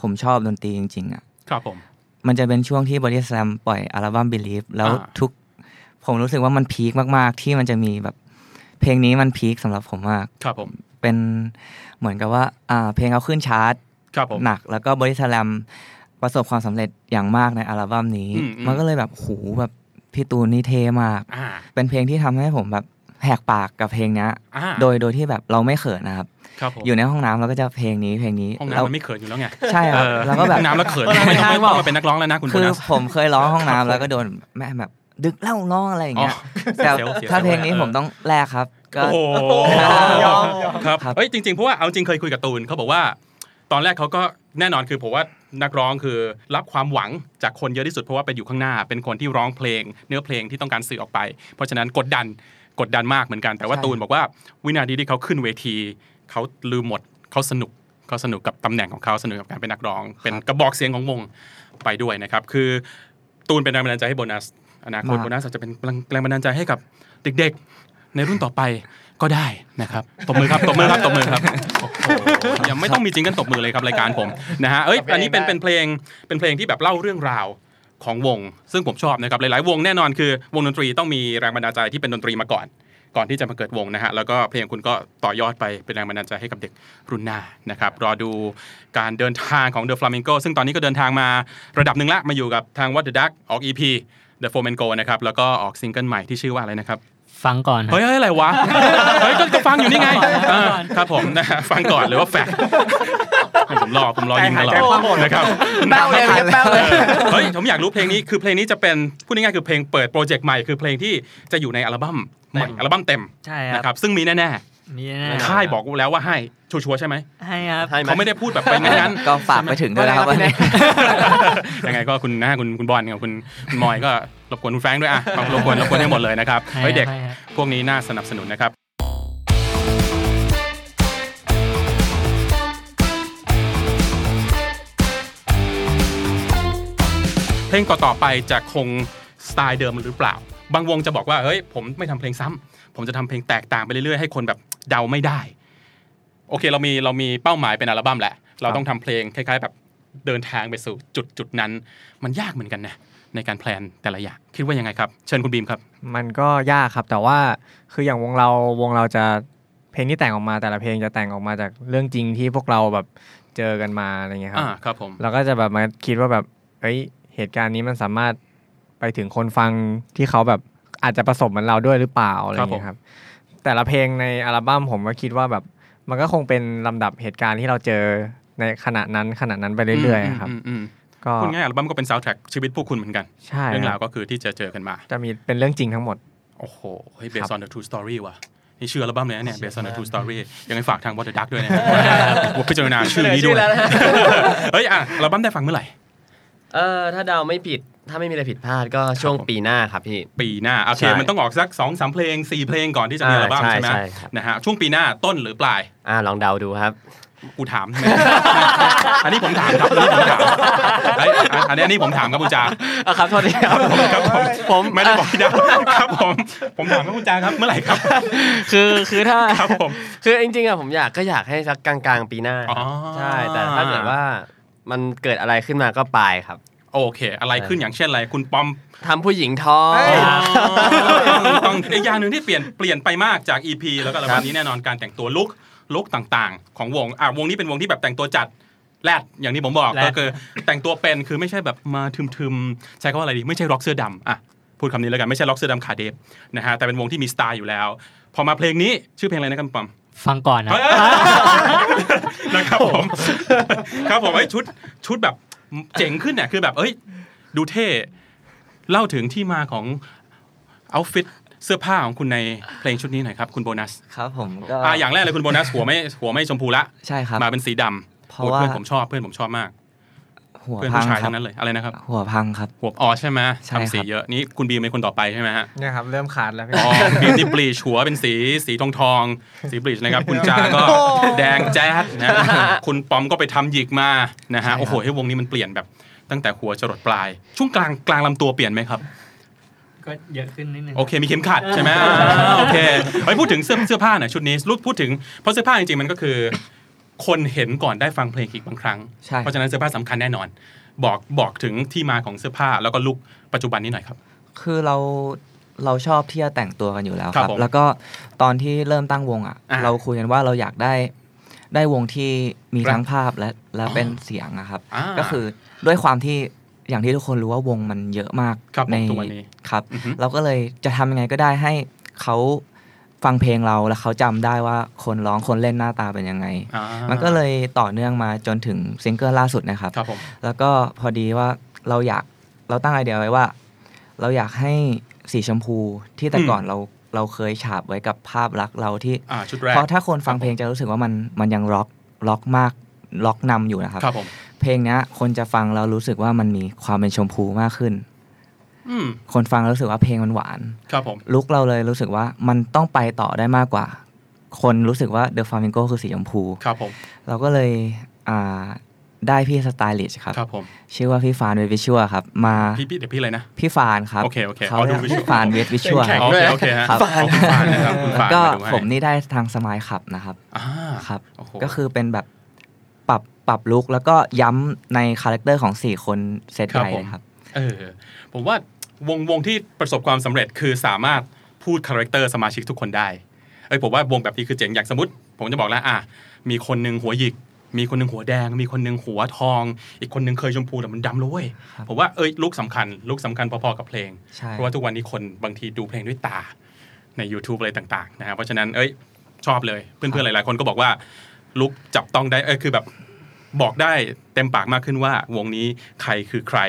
S5: ผมชอบดนตรีจริงๆอ่ะ
S2: ครับผม
S5: มันจะเป็นช่วงที่บอดี้สแลมปล่อยอัลบั้ม Believe แล้ว
S2: อ่า
S5: ทุกผมรู้สึกว่ามันพีคมากๆ ที่มันจะมีแบบ เพลงนี้มันพีคสำหรับผมมาก
S2: ครับผม
S5: เป็นเหมือนกับว่าอ่าเพลงเขาขึ้นชาร์ต
S2: ครับผม
S5: หนัก แล้วก็บอดี้สแลมประสบความสำเร็จอย่างมากในอัลบั้มนี้
S2: อืมอืม
S5: มันก็เลยแบบโหแบบพี่ตูนนี่เท่มาก
S2: อ่า
S5: เป็นเพลงที่ทำให้ผมแบบแหกปากกับเพลงเนี้ย
S2: อ่า
S5: โดยโดยที่แบบเราไม่เขินนะครับ
S2: ครับผม
S5: อยู่ในห้องน้ำเราก็จะเพลงนี้เพลงนี้
S2: ห้อง
S5: แล้ว
S2: น้ำมันไม่เขินอยู่แล้วไง
S5: ใช่ครับแล้วก็แบบ
S2: ห้องน้ำแล้วเขินไม่ต้องไม่ต้องมาเป็นนักร้องแล้วนะคุณโบ
S5: คือ
S2: นัส
S5: ผมเคยร้องห้องน้ำแล้วก็โดนแม่แบบดึกเล่าร้องอะไรอย่างเงี้ยแต่
S2: เสียวเสียว
S5: ถ้าเพลงนี้
S2: เออ
S5: ผมต้องแลกครับ ก็
S2: โอ้โห
S5: ยอม
S2: ครับ
S5: ครับ
S2: เอ้ยจริงๆเพราะว่าเอาจริงเคยคุยกับตูนเขาบอกว่า ตอนแรกเขาก็แน่นอนคือผมว่านักร้องคือรับความหวังจากคนเยอะที่สุดเพราะว่าเป็นอยู่ข้างหน้า เป็นคนที่ร้องเพลง เนื้อเพลงที่ต้องการสื่อออกไป เพราะฉะนั้นกดดันกดดันมากเหมือนกันแต่ว่า
S5: ใช่
S2: ตูนบอกว่าวินาทีที่เขาขึ้นเวทีเขาลืมหมดเขาสนุกเขาสนุกกับตำแหน่งของเขาสนุกกับการเป็นนักร้อง เป็นกระบอกเสียงของวงไปด้วยนะครับคือตูนเป็นแรงบันดาลใจให้โบนัสอนาคต
S5: มาก
S2: โบนัสอาจจะเป็นแรงบันดาลใจให้กับเด็ก ๆ ในรุ่นต่อไปก็ได้นะครับตบมือครับตบมือครับตบมือครับโอ้โห ยังไม่ต้องมีจริงกันตบมือเลยครับรายการผมนะฮะเอ้ยอันนี้เป็นเป็นเพลงเป็นเพลงที่แบบเล่าเรื่องราวของวง ซึ่งผมชอบนะครับหลายๆ วงแน่นอนคือ วงดนตรีต้องมีแรงบันดาลใจที่เป็นดนตรีมาก่อน ก่อนที่จะมาเกิดวงนะฮะแล้วก็เพลงคุณก็ต่อยอดไปเป็นแรงบันดาลใจให้กับเด็กรุ่นหน้านะครับรอดูการเดินทางของ The Flamingo ซึ่งตอนนี้ก็เดินทางมาระดับหนึ่งละมาอยู่กับทาง What the Duck ออก EP The Flamenco นะครับแล้วก็ออกซิงเกิลใหม่ที่ชื่อว่าอะไรนะครับ
S7: ฟังก่อนครับ
S2: เฮ้ยเฮ้ยอะไรวะ เฮ้ยก็ก็ฟังอยู่นี่ไงเออครับผมนะฮะฟังก่อนหรือว่าแฟกผมรอผมรอยิงตลอดนะครับ
S5: แป้วเลยแป้วเลย
S2: เฮ้ยผมอยากรู้เพลงนี้คือเพลงนี้จะเป็นพูดง่ายๆคือเพลงเปิดโปรเจกต์ใหม่คือเพลงที่จะอยู่ในอัลบั้มใหม่อัลบั้มเต็ม
S7: ใช่ครับ
S2: นะครับซึ่งมีแน่
S7: มีแน่
S2: ๆค่ายบอกแล้วว่าให้ชัวร์ๆใช่ไหม
S7: ๆให้ครับ
S4: ให้ห
S2: เขาไม่ได้พูดแบบเป็นงั้นๆ
S5: ก็ฝากไปถึงด้วยนะครับวันนี้
S2: ยังไงก็คุณนะคุณคุณบอลกับคุณคุณมอยก็รบกวนคุณแฟรงค์ด้วยอ่ะรบกวนรบกวนให้หมดเลยนะครับ
S7: ใช่
S2: เฮ้ยเด็ก
S7: ใช่ครับ
S2: พวกนี้น่าสนับสนุนนะครับ เพลงต่อๆไปจะคงสไตล์เดิมหรือเปล่า บางวงจะบอกว่าเฮ้ยผมไม่ทำเพลงซ้ำผมจะทำเพลงแตกต่างไปเรื่อยๆให้คนแบบเดาไม่ได้ โอเคเรามีเรามีเป้าหมายเป็นอัลบั้มแหละ เราต้องทำเพลงคล้าย ๆ แบบเดินทางไปสู่จุดจุดๆนั้น มันยากเหมือนกันนะในการแพลนแต่ละอย่างคิดว่ายังไงครับ เชิญคุณบีมครับ
S6: มันก็ยากครับแต่ว่าคืออย่างวงเราวงเราจะเพลงที่แต่งออกมา แต่ละเพลงจะแต่งออกมาจากเรื่องจริงที่พวกเราแบบเจอกันมาอะไรเงี้ยครั
S2: อ่า
S6: บ
S2: ครับผม
S6: เราก็จะแบบมาคิดว่าแบบเอ้ยเหตุการณ์นี้มันสามารถไปถึงคนฟังที่เขาแบบอาจจะประสบเหมือนเราด้วยหรือเปล่าอะไรเงี้ยครับ แต่ละเพลงในอัลบั้มผมก็คิดว่าแบบมันก็คงเป็นลำดับเหตุการณ์ที่เราเจอในขณะนั้นขณะนั้นไปเรื่อยๆครับ
S2: มอืม
S6: ก็
S2: อืมคุณง่ายๆอัลบั้มก็เป็นซาวด์แทร็กชีวิตพวกคุณเหมือนกัน
S6: ใช่
S2: เรื่องราว
S6: ครับ
S2: ก็คือที่เจอเจอกันมา
S6: จะมีเป็นเรื่องจริงทั้งหมด
S2: โอ้โหเฮ้ย based on the true story ว่ะ นี่ชื่ออัลบั้มเลยนะเนี่ย based on the true story ยังไงฝากทาง What the Duck ด้วยนะ ผมพิจารณาชื่อนี้ด้วย เฮ้ย อ่ะอัลบั้มได้ฟังเมื่อไหร่
S4: เออถ้าเดาไม่ผิดถ้าไม่มีอะไรผิดพลาดก็ช่วง
S2: ครับผม
S4: ปีหน้าครับพี่
S2: ปีหน้า โอเค
S4: ใช่
S2: มันต้องออกสัก2อสามเพลง 4 เพลงก่อนที่จะมีอัลบั้ม
S4: อ่าใช่
S2: ใช่ไหม
S4: ใช่ครับ
S2: นะฮะ ช่วงปีหน้าต้นหรือปลาย
S4: อ่าลองเดาดูครับ
S2: กูถามทำไม อันนี้ผมถามครับ อันนี้ผมถามเฮ้ยอันอันนี้อันนี้ผมถามครับคุณจา
S4: อ่ะครับโทษทีครับ
S2: ครับผมผมไม่ได้บอกที่ดาวครับผม ผมถามครับคุณจาครับ เมื่อไหร่ครับ
S4: คือคือถ้า
S2: ครับผม
S4: คือจริงๆอะผมอยากก็อยากให้สักกลางๆปีหน้า
S2: อ๋อ
S4: ใช่แต่ถ้าเกิดว่ามันเกิดอะไรขึ้นมาก็ปลายครับ
S2: โอเค อะไรขึ้นอย่างเช่นอะไร คุณปอม
S4: ทำผู้หญิงท้อง
S2: ต้องอีกอย่างหนึ่งที่เปลี่ยนเปลี่ยนไปมากจาก EP แล้วก็อัลบั้มนี้แน่นอนการแต่งตัวลุกลุกต่างๆ ของวงอ่ะวงนี้เป็นวงที่แบบแต่งตัวจัดแรดอย่างที่ผมบอก
S4: แรด
S2: ก็คือแต่งตัวเป็นคือไม่ใช่แบบมาทึมๆใช้คำว่าอะไรดีไม่ใช่ร็อกเสื้อดำอ่ะพูดคำนี้แล้วกันไม่ใช่ร็อกเสื้อดำขาเดฟนะฮะแต่เป็นวงที่มีสไตล์อยู่แล้ว พอมาเพลงนี้ชื่อเพลงอะไรนะครับปอม
S7: ฟังก่อนนะ
S2: นะครับผม ครับผมไอ้ยชุดชุดแบบเจ๋งขึ้นเนี่ยคือแบบเอ้ย ดูเท่ เล่าถึงที่มาของเอาฟิตเสื้อผ้าของคุณในเพลงชุดนี้หน่อยครับ คุณโบนัส
S5: ครับผมก็
S2: อ่าอย่างแรกเลยคุณโบนัสหัวไม่หัวไม่ชมพูละ
S5: ใช่ครับ
S2: มาเป็นสีด
S5: เพ
S2: ำ
S5: ราะ
S2: โอ้ย
S5: ว่า
S2: เพื่อนผมชอบเพื่อนผมชอบมาก
S5: หัว
S2: เพื่อน
S5: พัง
S2: ผู้ชาย
S5: ครั
S2: ทั้
S5: บ
S2: งนั้นเลยอะไรนะครับ
S5: หัวพังครับ
S2: หัวอ๋อใช่ไหม
S5: ใช่ครับ
S2: ทำสีเยอะนี่คุณบีมเป็นคนต่อไปใช่ไหมฮะ
S6: เนี่ยครับ เริ่มขาดแล้วพี่
S2: อ๋อบีมนี่บลีชหัวเป็นสีสีทองทองสีบลีชนะครับ คุณจาก็แดงแจ๊ดนะ คุณปอมก็ไปทำหยิกมานะฮะโอ้โหให้วงนี้มันเปลี่ยนแบบตั้งแต่หัวจรดปลาย ช่วงกลางกลางลำตัวเปลี่ยนไหมครับ
S7: ก็เยอะขึ้นนิดนึง
S2: โอเค มีเข็มขัดใช่ไหมอ่าโอเคไปพูดถึงเสื้อเสื้อผ้าหน่อยชุดนี้รูปพูดถึงเพราะเสื้อผ้าจริงๆมันก็คือ คนเห็นก่อนได้ฟังเพลงอีกบางครั้ง
S5: ใช่
S2: เพราะฉะนั้นเสื้อผ้าสำคัญแน่นอน บอกบอกถึงที่มาของเสื้อผ้าแล้วก็ลุคปัจจุบันนี้หน่อยครับ
S5: คือเราเราชอบที่จะแต่งตัวกันอยู่แล้ว
S2: ค
S5: ค
S2: รั
S5: รั
S2: บบ ผม
S5: แล้วก็ตอนที่เริ่มตั้งวงอ่ะ
S2: อ่า
S5: เราคุยกันว่าเราอยากได้ได้วงที่มี
S2: ครับ
S5: ทั้งภาพและและ
S2: อ๋อ
S5: เป็นเสียงนะครับ
S2: อ่า
S5: ก็คือด้วยความที่อย่างที่ทุกคนรู้ว่าวงมันเยอะมาก
S2: ครับผม
S5: ใน
S2: ทุกวันนี้
S5: ครับ
S2: อือฮึ
S5: เราก็เลยจะทำยังไงก็ได้ให้เขาฟังเพลงเราแล้วเขาจำได้ว่าคนร้องคนเล่นหน้าตาเป็นยังไง
S2: อ่า
S5: มันก็เลยต่อเนื่องมาจนถึงซิงเกิลล่าสุดนะครับ
S2: ครับผม
S5: แล้วก็พอดีว่าเราอยากเราตั้งไอเดียไว้ว่า เราอยากให้สีชมพูที่แต่
S2: อืม
S5: ก่อนเราเราเคยฉาบไว้กับภาพลักษณ์เราที่
S2: อ่าชุดแรก
S5: เพราะถ้าคนฟังเพลงจะรู้สึกว่ามันมันยังล็อกล็อกมากล็อกนำอยู่นะครับ
S2: ครับผม
S5: เพลงเนี้ยคนจะฟังเรารู้สึกว่ามันมีความเป็นชมพูมากขึ้น
S2: อืม
S5: คนฟังแล้วรู้สึกว่าเพลงมันหวาน
S2: ครับผม
S5: ลุกเราเลยรู้สึกว่ามันต้องไปต่อได้มากกว่า คนรู้สึกว่า The Flamingo คือสีชมพู
S2: ครับผม
S5: เราก็เลยอ่าได้พี่สไตลิชครับ
S2: ครับผม
S5: ชื่อว่าพี่ฟานเวทวิชัวครับ มา
S2: พี่พี่เดี๋ยวพี่เลยนะ
S5: พี่ฟานครับ
S2: โอเคโอเค
S5: เขา
S2: เอาดู
S5: เรียก
S2: visual
S5: ฟานเวทวิชัว
S4: แข็ง
S2: โอ
S4: ด้ว
S2: เค
S4: ย
S2: โอเคฮะ
S5: ครับ
S2: ขอบคุณฟานนะครับคุณ
S5: แล้ว
S2: ฟาน
S5: ก็
S2: มาดูให้
S5: ผมนี่ได้ทางสมายขับนะครับ
S2: อ่า
S5: ครับ
S2: โอ้โห
S5: ก็คือเป็นแบบปรับปรับลุกแล้วก็ย้ำในคาแรคเตอร์ของสี่คนเซตใหญ่เลยครับ
S2: เออผมว่าวงวงที่ประสบความสำเร็จคือสามารถพูดคาแรคเตอร์สมาชิกทุกคนได้ เอ้ยผมว่าวงแบบนี้คือเจ๋งอย่างสมมติ ผมจะบอกแล้วอ่ะมีคนหนึ่งหัวหยิก มีคนหนึ่งหัวแดง มีคนหนึ่งหัวทอง อีกคนหนึ่งเคยชมพูแต่มันดำเลยเว้ย
S5: ครับ
S2: ผมว่าเอ้ยลุกสำคัญลุกสำคัญพอๆกับเพลง
S5: ใช่
S2: เพราะว่าทุกวันนี้คนบางทีดูเพลงด้วยตาใน YouTube อะไรต่างๆนะฮะเพราะฉะนั้นเอ้ยชอบเลยเพื่อนๆหลายๆคนก็บอกว่าลุกจับต้องได้เอ้ยคือแบบบอกได้เต็มปากมากขึ้นว่า วงนี้ใครคือใคร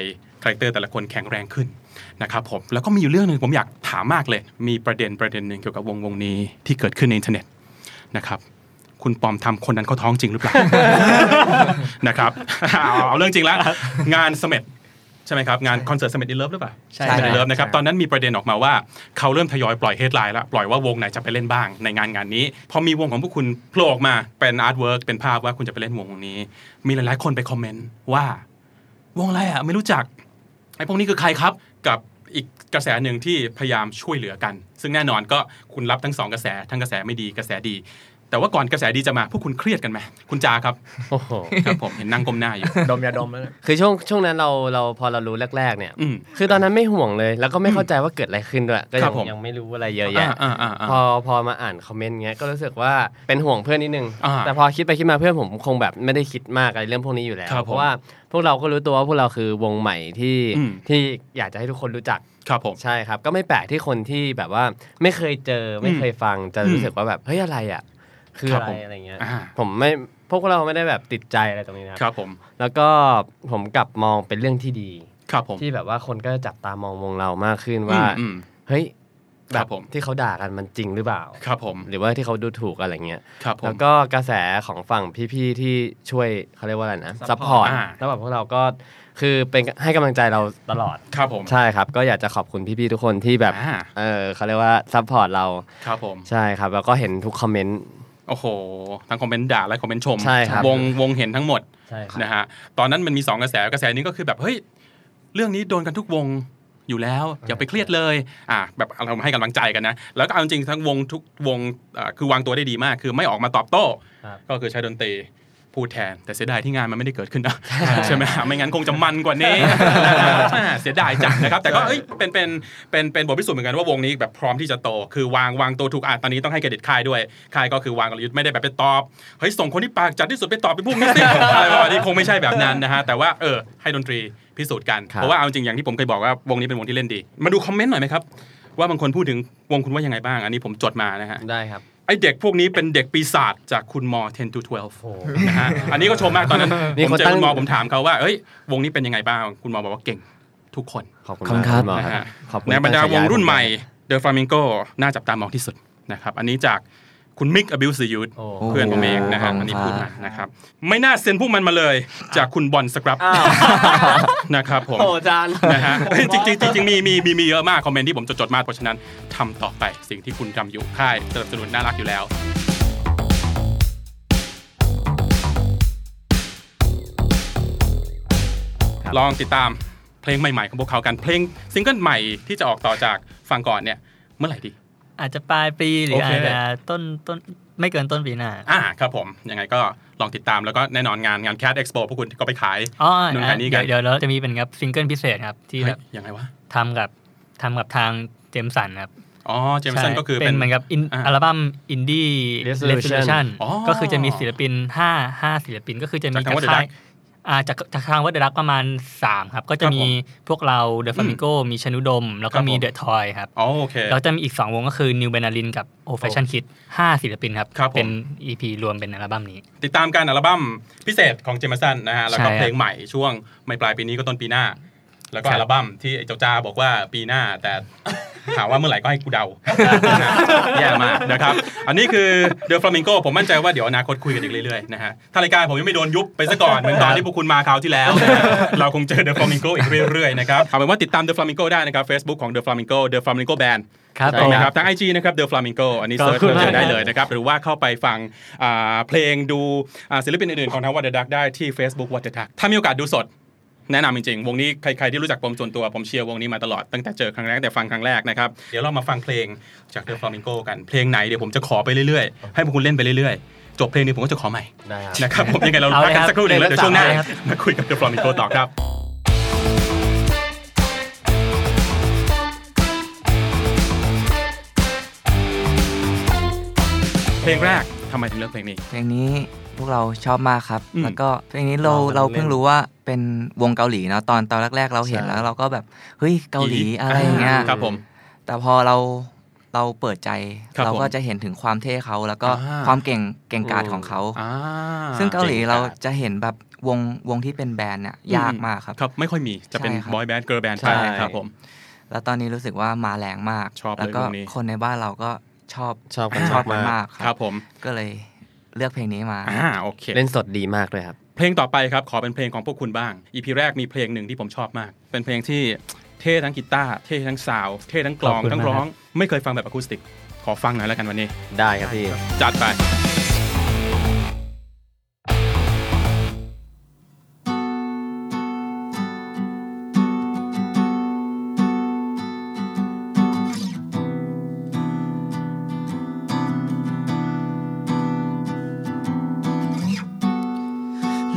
S2: คาแรคเตอร์แต่ละคนแข็งแรงขึ้นนะครับผมแล้วก็มีอยู่เรื่องหนึ่งผมอยากถามมากเลย มีประเด็นประเด็นหนึ่งเกี่ยวกับวงวงนี้ที่เกิดขึ้นในอินเทอร์เน็ตนะครับ คุณปอมทำคนนั้นเขาท้องจริงหรือ เปล่า นะครับ เอาเอาเรื่องจ ริงละงานเสม็ดใช่ไหมครับ งานคอนเสิร์ตเสม็ดอินเลิฟหรือเปล่า
S5: ใช่
S2: เสม็ดอินเลิฟ
S5: ใช่
S2: นะครับ ตอนนั้นมีประเด็นออกมาว่าเขาเริ่มทยอยปล่อยเฮดไลน์ละปล่อยว่าวงไหนจะไปเล่นบ้างในงานงานนี้ พอมีวงของพวกคุณโผล่ออกมาเป็นอาร์ตเวิร์กเป็นภาพว่าคุณจะไปเล่นวงวงนี้ มีหลายๆ คนไปคอมเมนต์ว่า วงอะไรอ่ะไม่รู้จัก ไอ้พวกนี้คือใครครับกับอีกกระแสหนึ่งที่พยายามช่วยเหลือกัน ซึ่งแน่นอนก็คุณรับทั้งสองกระแสทั้งกระแสไม่ดีกระแสดี แต่ว่าก่อนกระแสดีจะมาพวกคุณเครียดกันไหมคุณจาครับ
S4: โอ้โห
S2: ครับผมเห็นนั่งก้มหน้า อยู่
S6: ดมยาดมแล้วเนี่ย
S4: คือช่วงช่วงนั้นเราเราพอเรารู้แรก ๆ เนี่ย
S2: อืม
S4: คือตอนนั้นไม่ห่วงเลย แล้วก็ไม่เข้าใจว่าเกิดอะไรขึ้นด้วย ก็
S2: ครั
S4: ยั
S2: บ
S4: ง
S2: ผม
S4: ยังไม่รู้อะไรเยอะ
S2: อ่า
S4: แยะ
S2: อ่าอ่าอ่า
S4: พอพอมาอ่านคอมเมนต์เงี้ยก็รู้สึกว่าเป็นห่วงเพื่อนนิดนึง
S2: อ่า
S4: แต่พอคิดไปคิดมาเพื่อนผมคงแบบไม่ได้คิดมากอะไรเรื่องพวกนี้อยู่แล้ว
S2: ครับผม
S4: เพราะว่าพวกเราก็รู้ตัวว่าพวกเราคือวงใหม่ที่
S2: อืม
S4: ที่อยากจะให้ทุกคนรู้จัก
S2: ครับผม
S4: ใช่ครับ ก็ไม่แปลกที่คนที่แบบว่าไม่เคยเจอไม่เคยฟังจะ
S2: อืม
S4: รู้สึกว่าแบบเฮ้ยอะไรอ่ะ คือ
S2: ครับผม
S4: อะไรอะไรเงี้ย
S2: อ่า
S4: ผมไม่พวกเราไม่ได้แบบติดใจอะไรตรงนี้
S2: ค
S4: นะค
S2: รั
S4: รับ
S2: บผม
S4: แล้วก็ผมกลับมองเป็นเรื่องที่ดี
S2: ครับผม
S4: ที่แบบว่าคนก็จะจับตามองวงเรามากขึ้น
S2: อื
S4: ว่า
S2: มอืม
S4: เฮ้ย
S2: ค
S4: แบ
S2: รับบ ผม
S4: ที่เขาด่ากันมันจริงหรือเปล่า
S2: ครับผม
S4: หรือว่าที่เขาดูถูกอะไรเงี้ย
S2: ครับผ
S4: แล้
S2: ม
S4: วก็กระแสของฝั่งพี่ๆที่ช่วยเขาเรียกว่าอะไรนะซัพพอร์ต
S2: อ่า
S4: แล้วแบบพวกเราก็คือเป็นให้กำลังใจเราตลอด
S2: ครับผม
S4: ใช่ครับ ก็อยากจะขอบคุณพี่ๆทุกคนที่แบบ
S2: อ่า
S4: เออเขาเรียกว่าซัพพอร์ตเรา
S2: ครับผม
S4: ใช่ครับ แล้วก็เห็นทุกคอมเมนต์
S2: โอ้โห ทั้งคอมเมนต์ด่าและคอมเมนต์ชม
S4: ใช่ครับ
S2: วงวงเห็นทั้งหมด
S4: ใช่ครั
S2: นะฮะตอนนั้นมันมีสองกระแสกระแสนี้ก็คือแบบเฮ้ยเรื่องนี้โดนกันทุกวงอยู่แล้วอย่าไปเครียดเลยอ่ะแบบเราให้กำลังใจกันนะแล้วก็เอาจริงๆทั้งวงทุกวงอ่ะคือวางตัวได้ดีมาก คือไม่ออกมาตอบโต้ ก็คือใช้ดนตรีพูดแทน แต่เสียดายที่งานมันไม่ได้เกิดขึ้น นะใช่ไหมไม่งั้นคงจะมันกว่า นี้ อ่าเสียดายจังนะครับ แต่ก็เอ้ยเป็นเป็นเป็นเป็นบทพิสูจน์เหมือนกันว่าวงนี้แบบพร้อมที่จะโต คือวางวางตัวถูกอ่ะตอนนี้ต้องให้เครดิตค่ายด้วยค่ายก็คือวางกลยุทธ์ไม่ได้แบบไปตอบเฮ้ยส่งคนที่ปากจัดที่สุดไปตอบไปพวกนี้สิ อะไรประมาณนี้คงไม่ใช่แบบนั้นนะฮะแต่ว่าเออให้ดนตรีพิสูจน์กันเพราะว่าเอาจริงอย่างที่ผมเคยบอกว่าวงนี้เป็นวงที่เล่นดี มาดูคอมเมนต์หน่อยไหมครับว่าบางคนพูดถึงวงคุณว่ายังไงบ้าง อันนี้ผมจดมานะฮะ
S4: ได้ครับ
S2: ไอเด็กพวกนี้เป็นเด็กปีศาจจากคุณมอ10 to 12นะฮะ อันนี้ก็ชมมากตอนนั้นผมเจอคุณมอผมถามเขาว่า เอ้ย วงนี้เป็นยังไงบ้าง คุณมอบอกว่าเก่งทุกคน
S4: ขอบคุณ
S5: ขอบคุณ
S4: มาก
S5: ค
S2: นะ
S5: รับ
S4: ณหมอ
S2: ฮะ
S4: ขอบคุณ
S2: ในบรรดาวงรุ่นใหม่
S4: ขอบคุณ
S2: เดอะฟลามิงโกน่าจับตามองที่สุดนะครับ อันนี้จาก คุณมิก abuse the youth
S4: โอ้
S2: เพื่อนผมเองนะฮะอันนี้พูดมานะครับ ไม่น่าเซ็นพวกมันมาเลย จากคุณบอลสครับนะครับผม
S4: โอ้อาจารย์
S2: นะฮ ะเฮ้ยจริงจริงจริงๆมีมีมีมีเยอะมาก คอมเมนต์ที่ผมจดจดๆมาเพราะฉะนั้นทำต่อไปสิ่งที่คุณทำอยู่ค่ายสนับสนุนน่ารักอยู่แล้ว ลองติดตามเพลงใหม่ ๆ ของพวกเขากันเพลงซิงเกิลใหม่ที่จะออกต่อจากฟังก่อนเนี่ย เมื่อไหร่ดี
S7: อาจจะปลายปีหรือ
S2: โอเค
S7: อาจจะต้นต้นไม่เกินต้นปีหน้า
S2: อ่าครับผม ยังไงก็ลองติดตามแล้วก็แน่นอนงานงานแคดเอ็กซ์โปพวกคุณก็ไปขาย
S7: อ๋อ
S2: นู่น
S7: อ่ะ
S2: นี่กัน
S7: เดี๋ยวเดี๋ยวเราจะมีเป็นครับซิงเกิลพิเศษครับที่
S2: เฮ้
S7: แบ
S2: ย
S7: บ
S2: ยังไงวะ
S7: ทำกับทำกับทางเจมสันครับ
S2: อ๋อเจมสัน
S7: ใช่
S2: ก็คือ
S7: เป็นเหมือนกับอิน
S2: อ่า
S7: อัลบั้มอินดี้
S4: Resolution
S2: อ๋อ
S7: ก็คือจะมีศิลปินห้าห้าศิลปินก็คือจะมี
S2: จากทาง What the
S7: ค่ย
S2: Duck
S7: อ่าจากจากทางวัดเดรักประมาณ 3 ครับ ก็
S2: ค
S7: จะ
S2: รับ
S7: มี
S2: ผม
S7: พวกเราเดอะฟามิโกมีชนุดม แล้ว
S2: ค
S7: ก็
S2: รับ
S7: มี
S2: ผม
S7: เดอะทอยครับ
S2: อ๋อโอเค
S7: แล้วจะมีอีก 2 วงก็คือ New b a n a l i n กับ Old Fashion Kid 5ศิลปินครับ
S2: ครับผม
S7: เป็น EP รวมเป็นอัลบั้มนี้
S2: ติดตามการอัลบั้มพิเศษของเจมสันนะฮะ แล้วก็
S7: ใช่ครับ
S2: เพลงใหม่ช่วงไม่ปลายปีนี้ก็ต้นปีหน้า แล้วก็
S7: ครับ
S2: อัลบั้มที่ไอ้เจ้าจ้าบอกว่าปีหน้าแต่ ถามว่าเมื่อไหร่ก็ให้กูเดา แย่มากนะครับ อันนี้คือเด e f ฟล m มิงโกผมมั่นใจว่าเดี๋ยวอนาคตคุยกันอีกเรื่อยๆนะฮะถ้ารายการผมยังไม่โดนยุบไปซะก่อน เหมือนตอนที่พวกคุณมาคราวที่แล้วนะฮะเราคงเจอเด e f ฟล m มิงโกอีกเรื่อยๆนะครับเอาเป็นว่าติดตามเด e f ฟล m มิงโกได้นะครับ Facebook ของเด e f ฟล m มิงโกเด e f ฟล m มิงโกแบน
S4: ครับ
S2: ใช่
S4: ผม
S2: นะครับทาง IG นะครับ The Flamingo อันนี้เซิร์ช
S4: ขอบคุณ
S2: เจอได้
S4: มากครับ
S2: เลยนะครับ หรือว่าเข้าไปฟังอ่าเพลงดูอ่าศิลปินอื่นๆ ของทาง What the Duck ได้ที่ Facebook What the Duck ถ้ามีโอกาสดูสด แนะนำจริงๆ วงนี้ใครๆ ที่รู้จักผมส่วนตัว ผมเชียร์วงนี้มาตลอดตั้งแต่เจอครั้งแรกตั้งแต่ฟังครั้งแรกนะครับ เดี๋ยวเรามาฟังเพลงจาก The Flamingo กันเพลงไหนเดี๋ยวผมจะขอไปเรื่อยๆ ให้พวกคุณเล่นไปเรื่อยๆ จบเพลงนี้ผมก็จะขอใหม่
S4: ได้ครับ
S2: นะครับผมยังไงเรา
S7: เอา
S2: พัก
S7: เลย
S2: กัน
S7: ครับ
S2: สักครู่หนึ่งแล้วเดี๋ยวช่วงหน้า
S7: เลยครับ
S2: มาคุยกับ The Flamingo ต่อครับ เพลงแรกทำไมถึงเลือกเพลงนี้
S5: เพลงนี้พวกเราชอบมากครับ
S2: อืม
S5: แล้วก็เพลงนี้เรา
S4: ลอง
S5: เราเพิ่ง
S4: เล่น
S5: รู้ว่าเป็นวงเกาหลีเนอะตอนตอนแรก ๆ เราเห็น
S4: ใช่
S5: แล้ว เราก็แบบเฮ้ยเกาหลีอะไรอย่างเงี้ย
S2: ครับผม
S5: แต่พอเราเราเปิดใจ
S2: ครับ
S5: เรา
S2: ผม
S5: ก็จะเห็นถึงความเท่เขาแล้วก็
S2: อ่า
S5: ความเก่งเก่งกาจของเขา
S2: อ่า
S5: ซึ่งเกาหลี
S4: เก่งกาจ
S5: เราจะเห็นแบบวงวงที่เป็นแบรนด์เนี่ยยากมากครับ
S2: ครับไม่ค่อยมีจะเป็น
S5: ใช่ครับ
S2: บอยแบนด์เกิร์ลแบนด์
S4: ใช่
S2: ใช่ครับผม
S5: แล้วตอนนี้รู้สึกว่ามาแรงมาก
S2: ชอบเลย
S5: แล้วก็
S2: วงนี้
S5: คนในบ้านเราก็ชอบ
S4: ชอบกัน
S5: ชอบกั
S4: มาม
S5: นาก ก
S2: ครับผม
S5: ก็เลยเลือกเพลงนี้มา
S2: อ่าโอเค
S4: เล่นสดดีมากด้วยครับ
S2: เพลงต่อไปครับ ขอเป็นเพลงของพวกคุณบ้าง อีพีแรกมีเพลงหนึ่งที่ผมชอบมาก เป็นเพลงที่เท่ทั้งกีตาร์เท่ทั้งซาวด์เท่ทั้งกลอง
S4: ขอบคุณ
S2: ทั้ง
S4: มาก
S2: ร้อง ไม่เคยฟังแบบอะคูสติก ขอฟังหน่อยแล้วกันวันนี้
S4: ได้ครับพี่
S2: จัดไป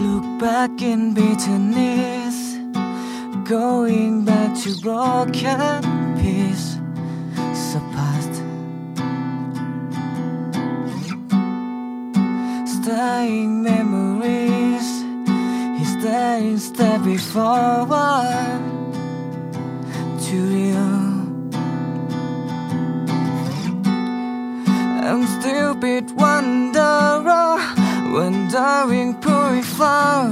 S3: Look back in bitterness, going back to broken peace. So past, staying memories. He's dying step forward to you. I'm stupid wanderer, wandering pretty far.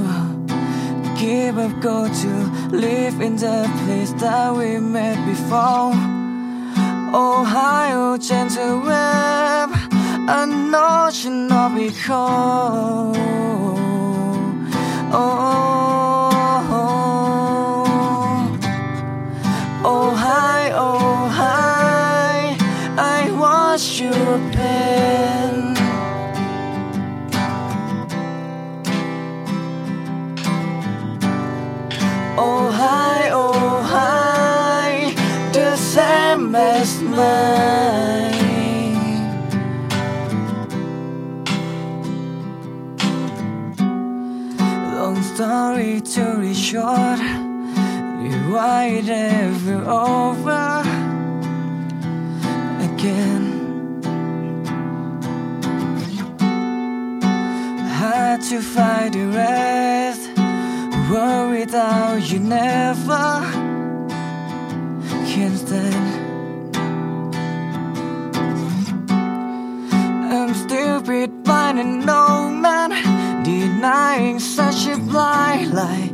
S3: Give up, go to live in the place that we met before. Ohio, gentle web, an ocean of it cold. Oh. Oh hi, oh hi, I watch you pen. Oh hi, oh hi, the same as mine. Long story to be short, rewrite every over again. Hard to find the rest, worry without you never can stand. I'm stupid, blind, and no man denying such a blind lie.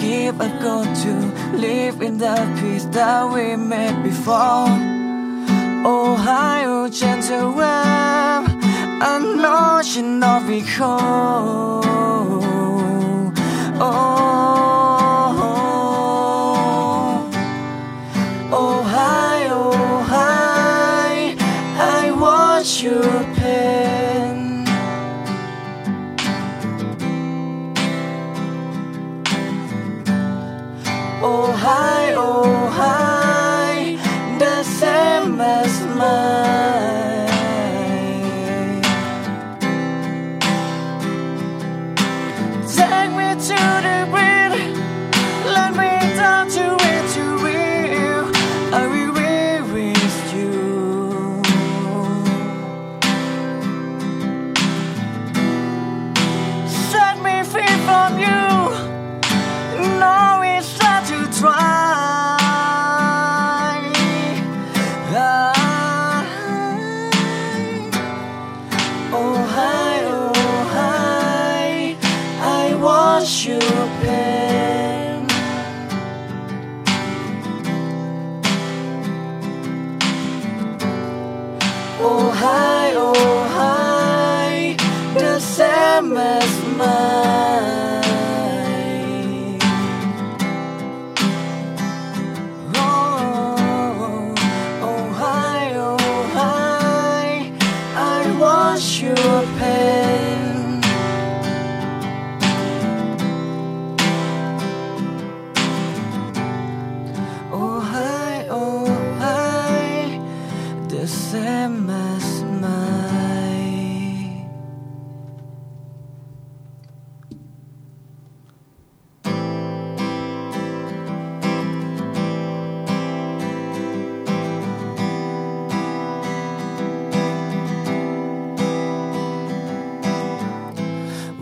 S3: Give a go to live in the peace that we Oh, met before. Ohio, gentle web, emotion of it all. Oh, oh hi, oh hi, I watch your pain. Oh hi, oh hi, the same as mine. Take me to the wind, let me down to it to you. I will be with you. Set me free from you. No, it's not to try. Ah. Oh hi, oh hi, I wash your pain. Oh hi, oh hi, the same as mine. Oh, oh hi, oh hi, I wash your pain. Oh hi, oh hi, the same as mine.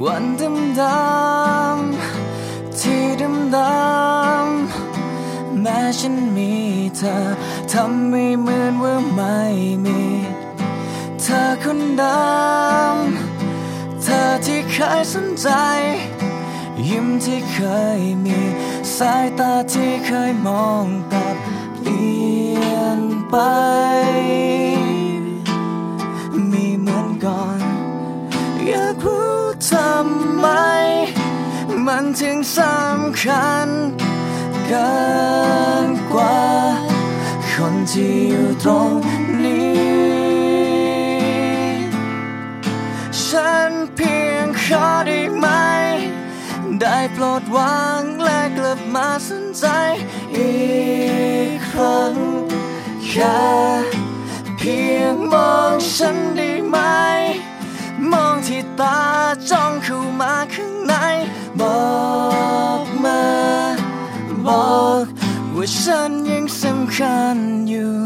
S3: วันดำดำๆที่ดำดำๆแม้ฉันมีเธอทำไม่เหมือนว่าไม่มี เธอคนดำเธอที่เคยสนใจ ยิ้มที่เคยมี สายตาที่เคยมองกลับเปลี่ยนไป มีเหมือนก่อน อยากรู้ทำไม มันถึงสำคัญเกินกว่า คนที่อยู่ตรงนี้ ฉันเพียงขอได้ไหม ได้โปรดวางและกลับมาสนใจอีกครั้งแค่เพียงมองฉันได้ไหม มองที่ตาจ้องเข้ามาข้างใน บอกมา บอกว่าฉันยังสำคัญอยู่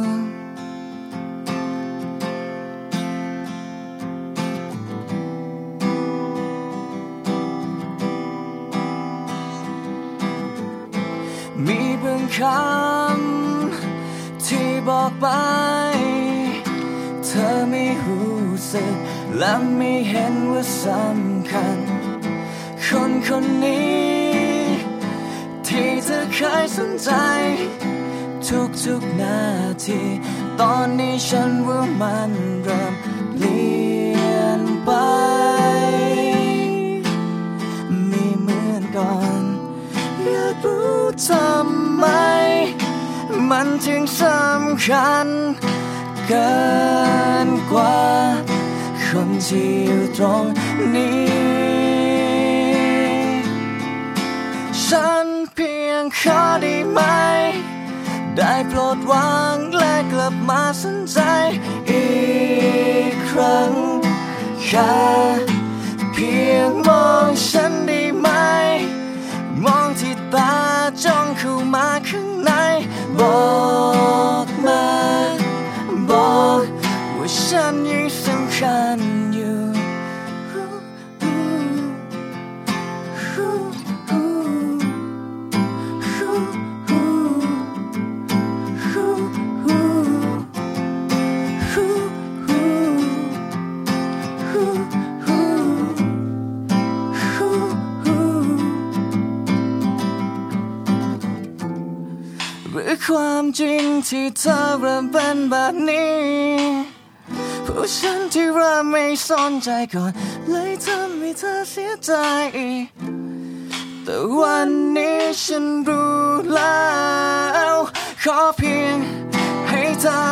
S3: มีบางคำที่บอกไป เธอไม่รู้สึกและไม่เห็นว่าสำคัญ คนคนนี้ ที่เธอเคยสนใจ ทุกๆนาที ตอนนี้ฉันว่ามันเริ่มเปลี่ยนไป ไม่เหมือนก่อน อยากรู้ทำไม มันถึงสำคัญ เกินกว่า คนที่อยู่ตรงนี้ ฉันเพียงขอได้ไหม ได้โปรดวางและกลับมาสนใจอีกครั้งแค่เพียงมองฉันได้ไหม มองที่ตาจ้องเข้ามาข้างใน บอกมา บอกว่าฉันยังสำคัญอยู่ หรือความจริงที่เธอเริ่มเป็นแบบนี้ ฉันที่เริ่มไม่สนใจก่อน เลยทำให้เธอเสียใจ แต่วันนี้ฉันรู้แล้ว ขอเพียงให้เธอ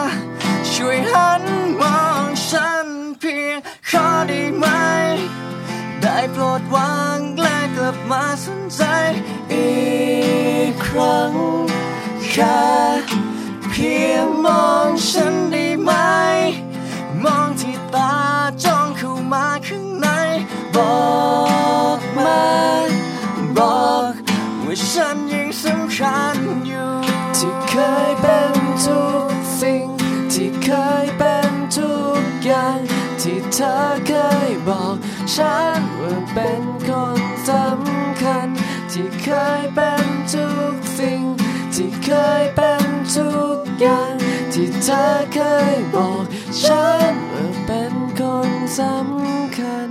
S3: ช่วยหันมองฉันเพียงขอได้ไหม ได้โปรดวางและกลับมาสนใจอีกครั้งแค่เพียงมองฉันได้ไหม มองที่ตาจ้องเข้ามาข้างใน บอกมาบอกว่าฉันยังสำคัญอยู่ ที่เคยเป็นทุกสิ่ง ที่เคยเป็นทุกอย่าง ที่เธอเคยบอก ฉันว่าเป็นคนสำคัญ ที่เคยเป็นทุกสิ่ง ที่เคยเป็นทุกอย่าง ที่เธอเคยบอก ฉันว่าเป็นคนสำคัญ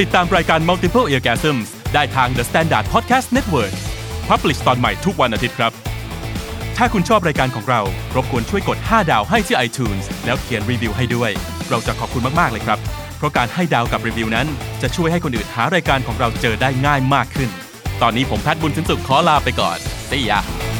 S2: ติดตามรายการ Multiple Orgasms ได้ทาง The Standard Podcast Network Publish ตอนใหม่ทุกวันอาทิตย์ครับ ถ้าคุณชอบรายการของเรา รบกวนช่วยกด 5 ดาวให้ที่ iTunes แล้วเขียนรีวิวให้ด้วย เราจะขอบคุณมาก ๆ เลยครับ เพราะการให้ดาวกับรีวิวนั้น จะช่วยให้คนอื่นหารายการของเราเจอได้ง่ายมากขึ้น ตอนนี้ผมแพทย์บุญสินสุขขอลาไปก่อน See ya